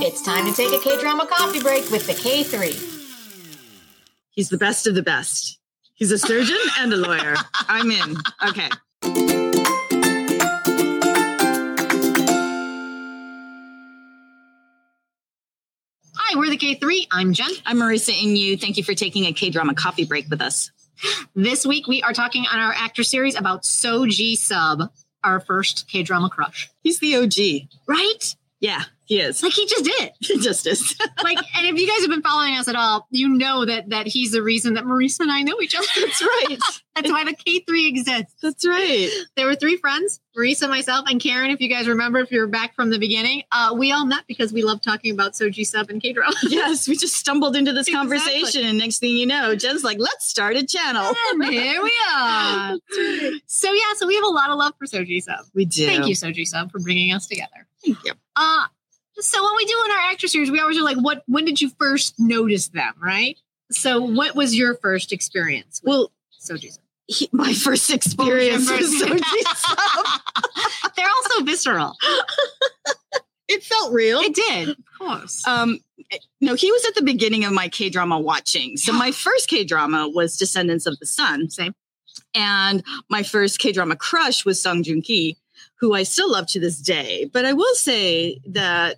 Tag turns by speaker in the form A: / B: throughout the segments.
A: It's time to take a K drama coffee break with the K3.
B: He's the best of the best. He's a surgeon and a lawyer. I'm in. Okay.
C: Hi, we're the K3. I'm Jen.
B: I'm Marissa Inyu. Thank you for taking a K drama coffee break with us.
C: This week we are talking on our actor series about Soji Sub, our first K drama crush.
B: He's the OG.
C: Right?
B: Yeah, he is.
C: It's like he just did.
B: He just is.
C: Like, and if you guys have been following us at all, you know that that he's the reason that Marisa and I know each other.
B: That's right.
C: That's why the K3 exists.
B: That's right.
C: There were three friends, Marisa, myself, and Karen. If you guys remember, if you're back from the beginning, uh, we all met because we love talking about Soji Sub and K drama.
B: Yes, we just stumbled into this
C: Exactly.
B: conversation, and next thing you know, Jen's like, let's start a channel.
C: And here Oh, we are. So yeah, so we have a lot of love for Soji Sub.
B: We do.
C: Thank you, Soji Sub, for bringing us together.
B: Thank you.
C: Uh, so when we do in our actor series, we always are like, what? When did you first notice them? Right. So what was your first experience? With
B: Well,
C: Soji Sub?
B: he, my first experience
C: Well, your
B: with
C: first-
B: Soji Sub.
C: They're also visceral.
B: It felt real.
C: It did, of course.
B: um no he was at the beginning of my k-drama watching so my first k-drama was descendants of the sun
C: Same.
B: and my first k-drama crush was sung joong ki who i still love to this day but i will say that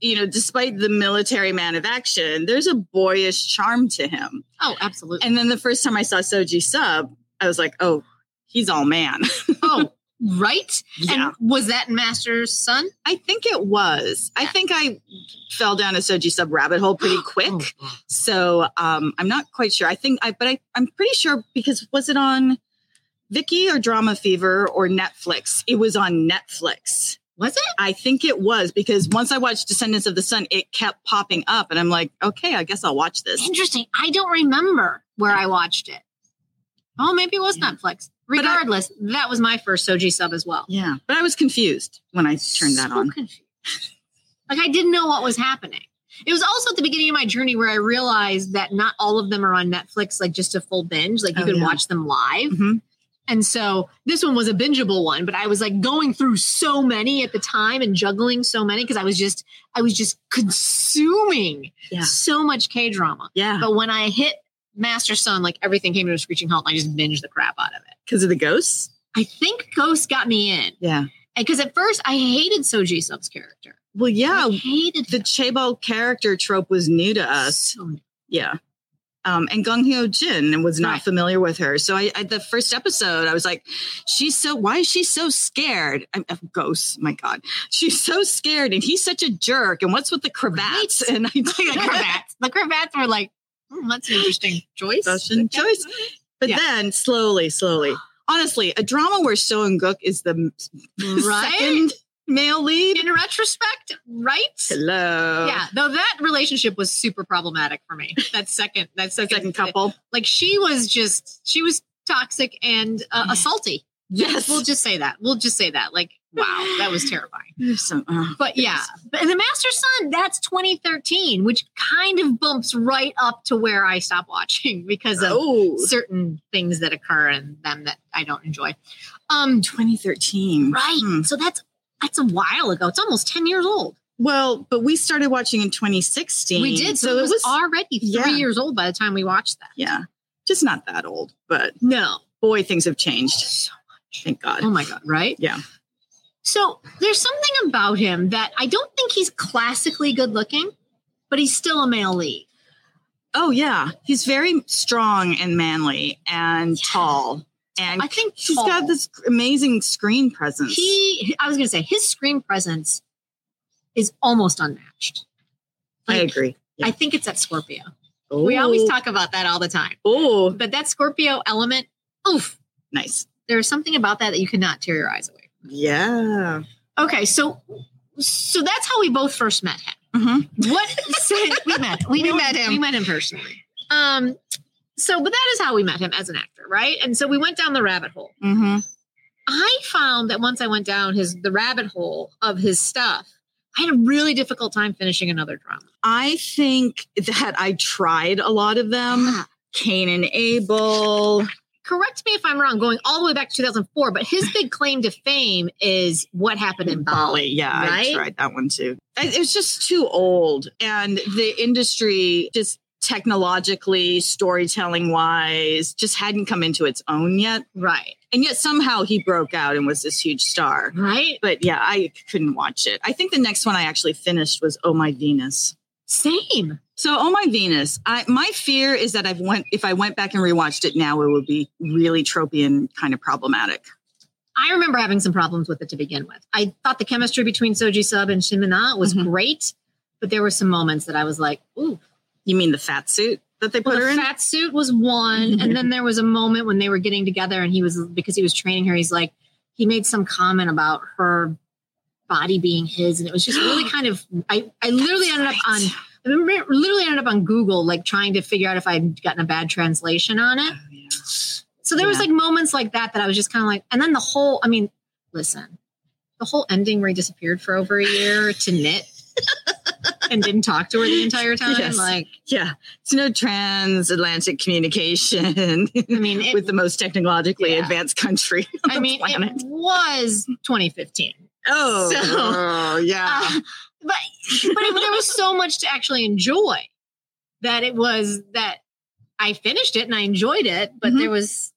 B: you know despite the military man of action there's a boyish charm to him
C: oh, absolutely.
B: and then the first time i saw soji sub i was like oh he's all man
C: oh, right.
B: yeah
C: And was that Master's son?
B: i think it was i
C: Yeah. Oh,
B: think i fell down a soji sub rabbit hole pretty quick So um, I'm not quite sure. I think I, but I, I'm pretty sure because was it on Vicky or Drama Fever or Netflix? It was on Netflix.
C: was it?
B: I think it was because once I watched Descendants of the Sun, it kept popping up, and I'm like, okay, I guess I'll watch this.
C: Interesting. I don't remember where I watched it. Oh, maybe it was
B: Yeah.
C: Netflix.
B: But I-
C: Regardless, that was my first Soji sub as well.
B: Yeah, but I was confused when I turned that
C: So
B: on.
C: confused. Like I didn't know what was happening. It was also at the beginning of my journey where I realized that not all of them are on Netflix, like just a full binge. Like you
B: Oh,
C: can
B: yeah.
C: watch them live.
B: Mhm.
C: And so this one was a bingeable one, but I was like going through so many at the time and juggling so many because I was just I was just consuming
B: Yeah.
C: so much K drama.
B: Yeah,
C: But when I hit Master Son, like everything came to a screeching halt and I just binged the crap out of it.
B: because of the ghosts.
C: I think Ghost got me in.
B: Yeah.
C: Because at first I hated Soji Sub's character.
B: Well, yeah,
C: I hated
B: the
C: him.
B: Chaebol character trope was new to us.
C: So much.
B: Yeah. Um, and Gung Hyo Jin and was not
C: Right.
B: familiar with her. So I, I, the first episode, I was like, she's so, why is she so scared? I'm, of ghosts. My God. She's so scared. And he's such a jerk. And what's with the cravats? And I
C: the cravats. The cravats were like, hmm, that's an interesting choice.
B: Fashion choice. But
C: Yeah.
B: then slowly, slowly, honestly, a drama where So and Gook is the m-
C: Right?
B: second male lead.
C: In retrospect, right?
B: Hello.
C: Yeah, though that relationship was super problematic for me. That second, that second,
B: Second couple.
C: like she was just, she was toxic and uh, assaulty.
B: Mm. Yes.
C: We'll just say that. We'll just say that. Like, wow, that was terrifying.
B: So- oh,
C: But yeah, but the Master Son, that's 2013, which kind of bumps right up to where I stop watching because of
B: oh.
C: certain things that occur in them that I don't enjoy. Um,
B: 2013.
C: right.
B: Hmm.
C: So that's that's a while ago. It's almost 10 years old.
B: Well, but we started watching in 2016.
C: We did. So, it was, already three
B: yeah.
C: years old by the time we watched that.
B: yeah, just not that old. But
C: No.
B: boy, things have changed. Thank God.
C: Oh my God. Right.
B: Yeah.
C: So there's something about him that I don't think he's classically good looking, but he's still a male lead.
B: Oh yeah, he's very strong and manly and
C: Yeah.
B: tall, and
C: I think
B: he's
C: tall.
B: got this amazing screen presence.
C: he i was going to say his screen presence is almost unmatched
B: I
C: like,
B: agree.
C: i think it's that scorpio we always talk about that all the time
B: Oh,
C: but that scorpio element oof
B: nice.
C: there's something about that that you cannot tear your eyes away
B: Yeah.
C: okay so so that's how we both first met him
B: hmm
C: what so we met him. we,
B: We
C: don't-
B: met him.
C: we met him personally um so but that is how we met him as an actor right and so we went down the rabbit hole
B: hmm
C: I found that once I went down his the rabbit hole of his stuff, I had a really difficult time finishing another drama.
B: I think that I tried a lot of them. Cain and Abel.
C: Um, correct me if I'm wrong, going all the way back to 2004, but his big claim to fame is what happened in Bali.
B: Bali. Yeah, I
C: right?
B: tried that one too. I- It was just too old, and the industry just technologically, storytelling wise, just hadn't come into its own yet.
C: Right.
B: And yet somehow he broke out and was this huge star.
C: Right.
B: But yeah, I couldn't watch it. I think the next one I actually finished was Oh My Venus.
C: Same.
B: So Oh My Venus, I, my fear is that I've went if I went back and rewatched it now, it would be really tropey and kind of problematic.
C: I remember having some problems with it to begin with. I thought the chemistry between Soji Sub and Shimina was
B: Mhm.
C: great, but there were some moments that I was like, ooh,
B: You mean the fat suit that they put
C: well,
B: her
C: the
B: in?
C: fat suit was one. and then there was a moment when they were getting together and he was, because he was training her, he's like, he made some comment about her body being his. And it was just really kind of, I, I literally ended up on, I remember- literally ended up on Google, like trying to figure out if I'd gotten a bad translation on it.
B: Oh, yeah.
C: So there was
B: Yeah.
C: like moments like that that I was just kind of like, and then the whole, I mean, listen, the whole ending where he disappeared for over a year to knit and didn't talk to her the entire time.
B: Yes.
C: Like,
B: Yeah, it's no transatlantic communication
C: I mean, it,
B: with the most technologically
C: Yeah.
B: advanced country on
C: I
B: the
C: mean,
B: planet.
C: it was 2015.
B: oh,
C: so-
B: oh, yeah.
C: Uh, but but it, there was so much to actually enjoy that it was that I finished it and I enjoyed it, but
B: Mhm.
C: there was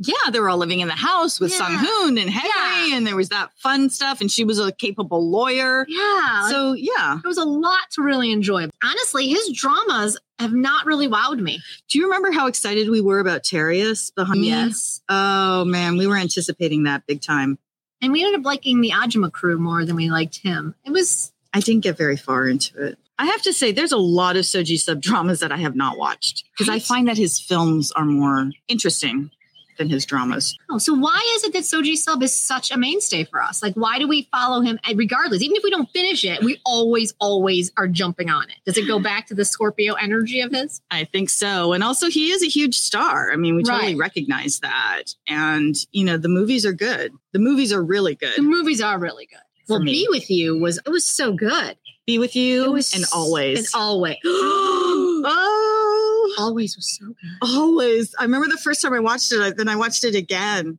B: yeah, they were all living in the house with
C: Yeah.
B: Sung Hoon and Henry, and there was that fun stuff, and she was a capable lawyer.
C: yeah, like,
B: So yeah,
C: there was a lot to really enjoy. Honestly, his dramas have not really wowed me.
B: do you remember how excited we were about Tarius behind me?
C: Yes.
B: Oh man, we were anticipating that big time.
C: And we ended up liking the Ajima crew more than we liked him. It was
B: I didn't get very far into it. I have to say, there's a lot of Soji sub dramas that I have not watched because I
C: Right.
B: find that his films are more interesting than his dramas.
C: oh, so why is it that Soji Sub is such a mainstay for us? Like, why do we follow him And regardless? Even if we don't finish it, we always, always are jumping on it. Does it go back to the Scorpio energy of his?
B: I think so. And also, he is a huge star. I mean, we totally
C: Right.
B: recognize that. And, you know, the movies are good. The movies are really
C: The
B: good.
C: movies are really good.
B: For
C: Well,
B: me.
C: Be With You was it was so good.
B: Be with
C: It
B: you
C: was
B: and
C: s-
B: always.
C: And always.
B: oh,
C: always was so good.
B: always. I remember the first time I watched it, I- then I watched it again.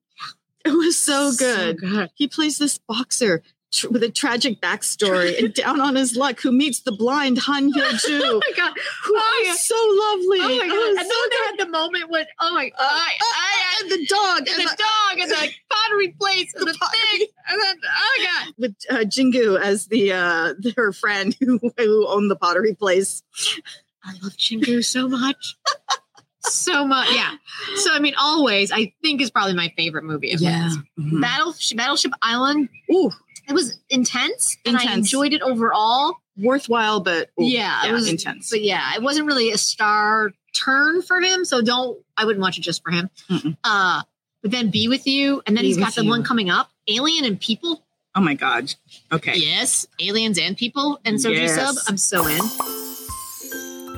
B: It was so good.
C: So good.
B: he plays this boxer tr- with a tragic backstory and down on his luck who meets the blind Han Hyo
C: Oh
B: Joo,
C: my god.
B: who
C: Oh,
B: is
C: yeah.
B: so lovely.
C: Oh my
B: It
C: god.
B: was
C: and then
B: so
C: they had the moment when oh my god. I- I-
B: good. and the dog
C: and
B: and
C: the dog and the pottery place and the, thing and then oh god
B: with uh, Jingu as the uh, her friend who who owned the pottery place.
C: i love chingu so much so much yeah so i mean always i think is probably my favorite movie of his.
B: That-
C: Battle, battleship island
B: ooh,
C: it was intense and i
B: Intense.
C: enjoyed it overall
B: worthwhile but ooh,
C: yeah, it was
B: intense.
C: but yeah it wasn't really a star turn for him so don't i wouldn't watch it just for him
B: Mm-mm.
C: uh but then be with you and then
B: Be
C: he's got
B: With
C: the
B: You.
C: one coming up alien and people
B: oh my god. Okay.
C: yes aliens and people and so
B: Yes.
C: sub i'm so in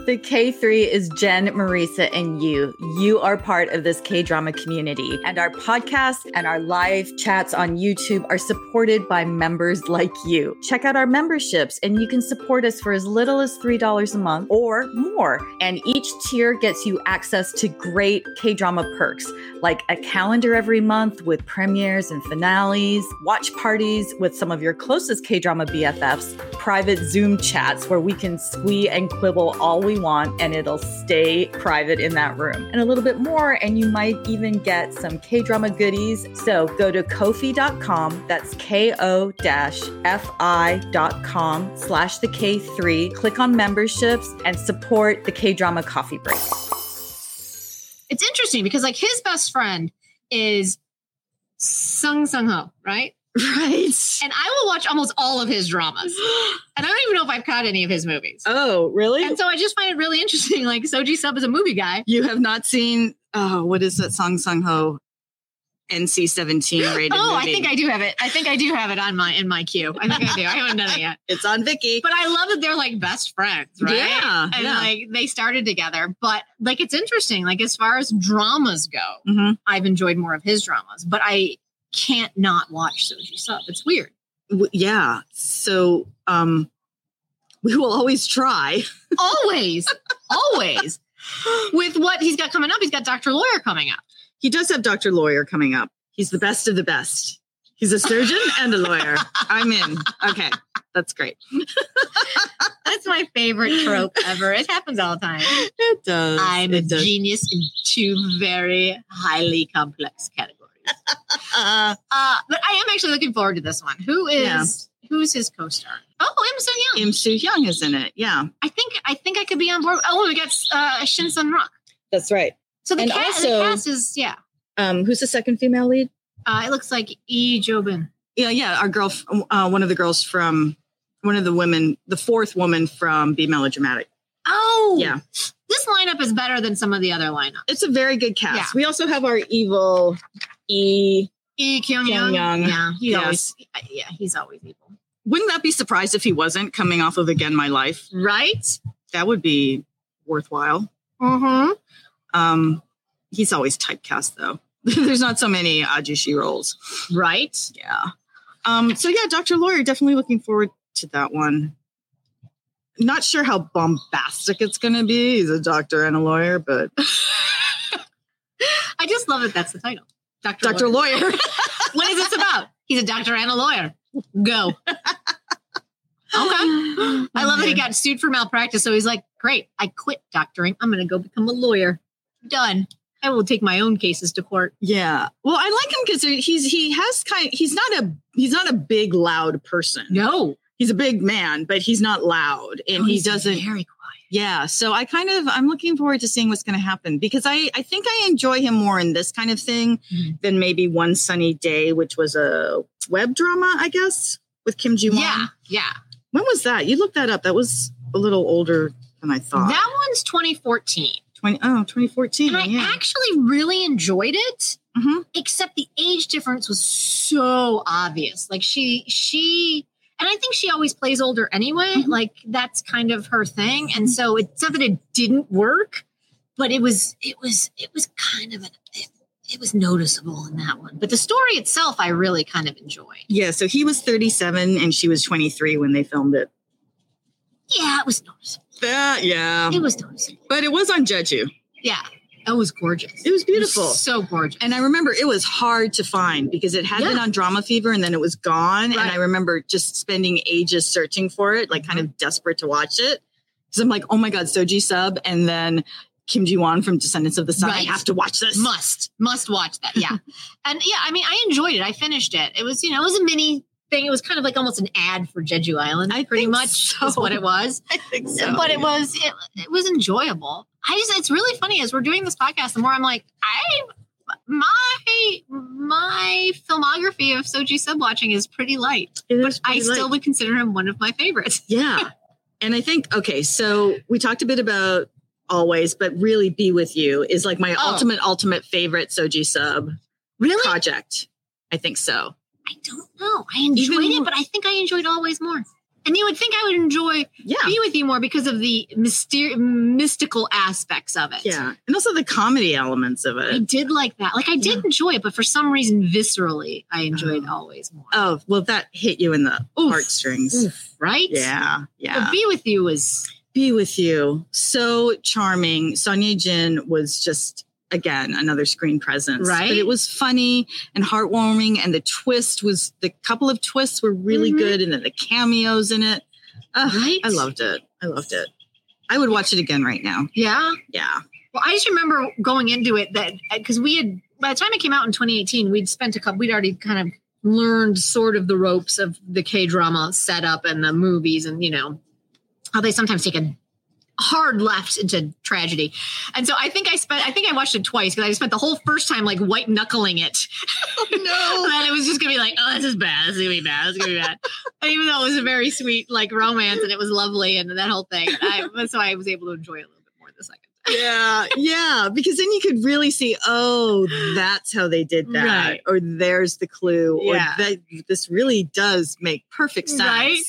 D: The K3 is Jen, Marisa, and you. You are part of this K drama community, and our podcast and our live chats on YouTube are supported by members like you. Check out our memberships, and you can support us for as little as $3 a month or more. And each tier gets you access to great K drama perks like a calendar every month with premieres and finales, watch parties with some of your closest K drama BFFs, private Zoom chats where we can squee and quibble all we want and it'll stay private in that room, and a little bit more. And you might even get some K drama goodies. So go to kofi.com, that's K O fi.com slash the K3, click on memberships and support the K drama coffee break.
C: it's interesting because like his best friend is Sung Sung Ho, right?
B: Right.
C: And I will watch almost all of his dramas. And I don't even know if I've caught any of his movies.
B: Oh, really?
C: And so I just find it really interesting. Like Soji Sub is a movie guy.
B: You have not seen oh, what is that song Sung Ho? NC seventeen rated.
C: Oh, I
B: movie.
C: think I do have it. I think I do have it on my in my queue. I think I do. I haven't done it yet.
B: it's on Vicky.
C: But I love that they're like best friends, right?
B: Yeah,
C: And
B: yeah.
C: like they started together. But like it's interesting. Like as far as dramas go,
B: Mhm.
C: I've enjoyed more of his dramas, but I can't not watch Soji Sub. It's weird.
B: W- Yeah. So um we will always try.
C: always, always. With what he's got coming up, he's got Dr. Lawyer coming up.
B: He does have Dr. Lawyer coming up. He's the best of the best. He's a surgeon and a lawyer. I'm in. Okay. That's great.
C: That's my favorite trope ever. It happens all the time.
B: It does.
C: I'm a
B: it does.
C: genius in two very highly complex categories.
B: Uh,
C: Uh, but I am actually looking forward to this one. Who is who's his co-star? Oh, Emerson Young.
B: Im Soo Hyung is in it. Yeah.
C: I think I think I could be on board. Oh, we got uh, Shin Sun Rock.
B: That's right.
C: So the,
B: And
C: ca-
B: also-
C: the cast is yeah.
B: Um, who's the second female lead?
C: Uh, it looks like E. Jobin.
B: Yeah, yeah. Our girl, f- uh, one of the girls from, one of the women, the fourth woman from Be Melodramatic.
C: Oh,
B: Yeah.
C: This lineup is better than some of the other lineup.
B: It's a very good cast.
C: Yeah.
B: We also have our evil E.
C: E. Kyung
B: Kyung
C: Young.
B: Young.
C: Yeah, he's
B: Yes.
C: always yeah he's always evil.
B: Wouldn't that be surprised if he wasn't coming off of Again My Life?
C: Right.
B: That would be worthwhile.
C: Mm-hmm.
B: Um, he's always typecast though. There's not so many Ajushi roles.
C: Right.
B: Yeah. Um, so yeah, Dr. Lawyer, definitely looking forward to that one. Not sure how bombastic it's gonna be. He's a doctor and a lawyer, but
C: I just love it. That's the title. Doctor.
B: Dr. Lawyer.
C: what is this about? He's a doctor and a lawyer. Go. Okay. I love that he got sued for malpractice. So he's like, great, I quit doctoring. I'm going to go become a lawyer. Done. I will take my own cases to court.
B: Yeah. Well, I like him because he's he has kind he's not a he's not a big loud person.
C: No.
B: He's a big man, but he's not loud and
C: No,
B: he
C: Oh, he's
B: doesn't
C: Very quiet.
B: Yeah. So I kind of I'm looking forward to seeing what's going to happen because I I think I enjoy him more in this kind of thing
C: Mhm.
B: than maybe One Sunny Day, which was a web drama, I guess, with Kim Ji Won.
C: Yeah. Yeah.
B: When was that? You looked that up. That was a little older than I thought.
C: That one's 2014.
B: 20 oh, 2014.
C: And I
B: yeah.
C: actually really enjoyed it.
B: Mhm.
C: Except the age difference was so obvious. Like she, she, and I think she always plays older anyway.
B: Mhm.
C: Like that's kind of her thing.
B: Mm-hmm.
C: And so it's not that it didn't work, but it was, it was, it was kind of an, it, it was noticeable in that one. But the story itself, I really kind of enjoyed.
B: Yeah, so he was 37 and she was 23 when they filmed it.
C: Yeah, it was noticeable.
B: That, yeah.
C: It was noticeable.
B: But it was on Jeju.
C: Yeah, it was gorgeous.
B: It was beautiful.
C: so gorgeous.
B: And I remember it was hard to find because it had
C: Yeah.
B: been on Drama Fever and then it was gone. And
C: Right. Mm-hmm.
B: I remember just spending ages searching for it, like kind of desperate to watch it. Because I'm like, oh my God, Soji Sub and then Kim Ji Won from Descendants of the Sun.
C: Right.
B: I have to watch this.
C: must must watch that yeah and yeah i mean i enjoyed it i finished it it was you know it was a mini thing it was kind of like almost an ad for jeju island
B: I
C: pretty
B: think
C: much
B: so.
C: is what it was
B: I think so.
C: but it was it, it was enjoyable i just it's really funny as we're doing this podcast the more i'm like i my my filmography of soji sub watching is pretty light
B: It
C: but
B: is
C: i
B: pretty light.
C: still would consider him one of my favorites
B: Yeah. and I think, okay, so we talked a bit about Always, but really Be With You is like my
C: Oh.
B: ultimate, ultimate favorite Soji Sub
C: really
B: project. I think so.
C: i don't know i enjoyed
B: Even
C: it
B: more-
C: but i think i enjoyed always more and you would think i would enjoy
B: Yeah.
C: be with you more because of the myster- mystical aspects of it.
B: Yeah. And also the comedy elements of
C: I
B: it.
C: did like that. Like I did
B: Yeah.
C: enjoy it, but for some reason, viscerally, I enjoyed
B: Oh.
C: always more.
B: Oh, well, that hit you in the
C: Oof.
B: heartstrings.
C: right?
B: Yeah.
C: But
B: Yeah.
C: be with you was
B: Be with you. So charming. Sonia Jin was just, again, another screen presence.
C: Right?
B: But it was funny and heartwarming. And the twist was, the couple of twists were really
C: Mhm.
B: good. And then the cameos in it. Ugh,
C: Right?
B: I loved it. I loved it. I would watch it again right now.
C: yeah.
B: Yeah.
C: Well, I just remember going into it that because we had by the time it came out in 2018, we'd spent a couple. We'd already kind of learned sort of the ropes of the K drama setup and the movies, and you know how they sometimes take a hard left into tragedy. And so I think I spent. I think I watched it twice because I spent the whole first time like white knuckling it.
B: No.
C: And then it was just gonna be like, oh, this is bad. This is gonna be bad. This is gonna be bad. and even though it was a very sweet like romance and it was lovely and that whole thing, I, so I was able to enjoy it a little bit more the second.
B: yeah. Yeah. Because then you could really see, oh, that's how they did that.
C: Right.
B: Or there's the clue.
C: Yeah.
B: Or that, this really does make perfect sense.
C: Right?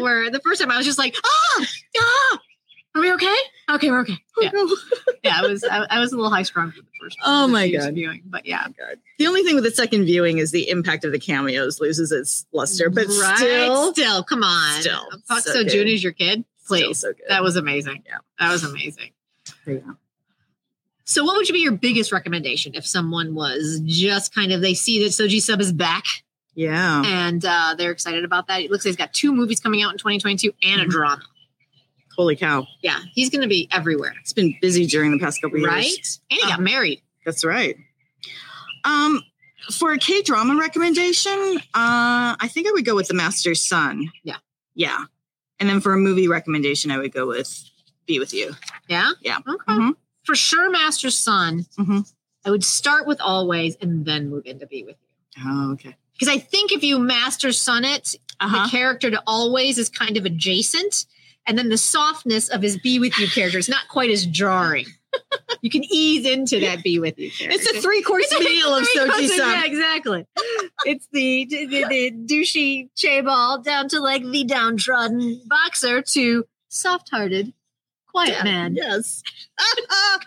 C: Where the first time I was just like, ah, ah, are we okay? Okay, we're okay.
B: Oh,
C: Yeah,
B: no.
C: yeah. I was I, I was a little high strung for the first.
B: Oh,
C: the
B: my
C: first
B: God.
C: viewing, but yeah,
B: The only thing with the second viewing is the impact of the cameos loses its luster, but
C: Right?
B: still,
C: still, come on,
B: Still
C: Fuck
B: so
C: so,
B: good.
C: June is your kid,
B: still
C: please.
B: so good.
C: that was amazing.
B: Yeah.
C: that was amazing.
B: Yeah.
C: So, what would be your biggest recommendation if someone was just kind of they see that Soji Sub is back
D: Yeah.
C: and uh, they're excited about that? It looks like he's got two movies coming out in 2022 and
B: Mm-hmm.
C: a drama.
B: Holy cow.
C: Yeah, he's going to be everywhere,
B: It's been busy during the past couple years.
C: right? And
B: Uh-huh.
C: he got married.
B: That's right. Um, for a K drama recommendation, uh, I think I would go with The Master's Son.
C: Yeah.
B: Yeah. And then for a movie recommendation, I would go with Be With You.
C: Yeah,
B: Yeah.
C: Okay,
B: Mhm.
C: for sure, Master's Son.
B: Mhm.
C: I would start with Always and then move into Be with You
B: Oh, okay.
C: because I think if you master Son it,
B: Uh
C: the character to always is kind of adjacent. And then the softness of his be with you character is not quite as jarring. you can ease into that be with you character.
B: It's a three course meal of
C: Three
B: Soji
C: cousins, Yeah,
B: Sub.
C: exactly. it's the, the, the douchey chaebol down to like the downtrodden boxer to soft hearted, quiet man,
B: Yes.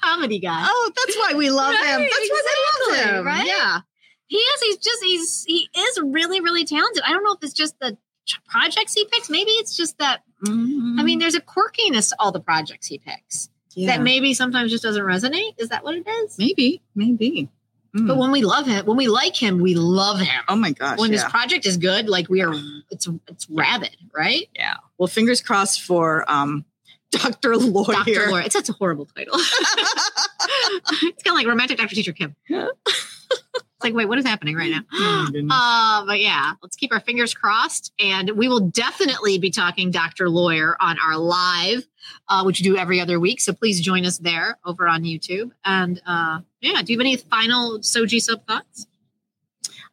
C: comedy guy.
B: Oh, that's why we love him.
C: Right,
B: That's why we love
C: exactly,
B: him.
C: right?
B: Yeah.
C: He is. He's just. He's. He is really, really talented. I don't know if it's just the ch- projects he picks. Maybe it's just that. I
B: Mm-hmm.
C: mean, there's a quirkiness to all the projects he picks that maybe sometimes just doesn't resonate. Is that what it is?
B: maybe, maybe. Mm.
C: But when we love him, when we like him, we love him.
B: oh my gosh.
C: Hmm. when
B: yeah.
C: his project is good, like we are, it's it's rabid, right?
B: yeah. Well, fingers crossed for um, Dr. Lawyer.
C: Doctor Laura. It's such a horrible title. it's kind of like romantic Doctor Teacher Kim. it's like, wait, what is happening right now?
B: Oh, my goodness.
C: Uh, but yeah, let's keep our fingers crossed. And we will definitely be talking Dr. Lawyer on our live, uh, which we do every other week. So please join us there over on YouTube. And uh, yeah, do you have any final Soji sub thoughts?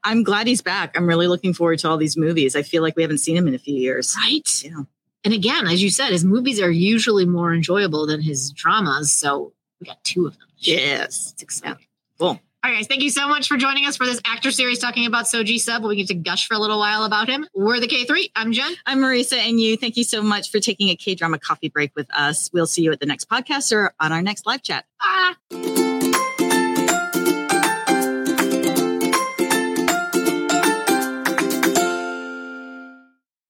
B: I'm glad he's back. I'm really looking forward to all these movies. I feel like we haven't seen him in a few years.
C: Right.
B: Yeah.
C: And again, as you said, his movies are usually more enjoyable than his dramas. So we got two of them.
B: Yes.
C: It's exciting.
B: Cool.
C: All right, guys, thank you so much for joining us for this actor series talking about Soji Sub. We get to gush for a little while about him. We're the K3. I'm Jen.
B: I'm Marisa and you. Thank you so much for taking a K drama coffee break with us. We'll see you at the next podcast or on our next live chat.
C: Ah.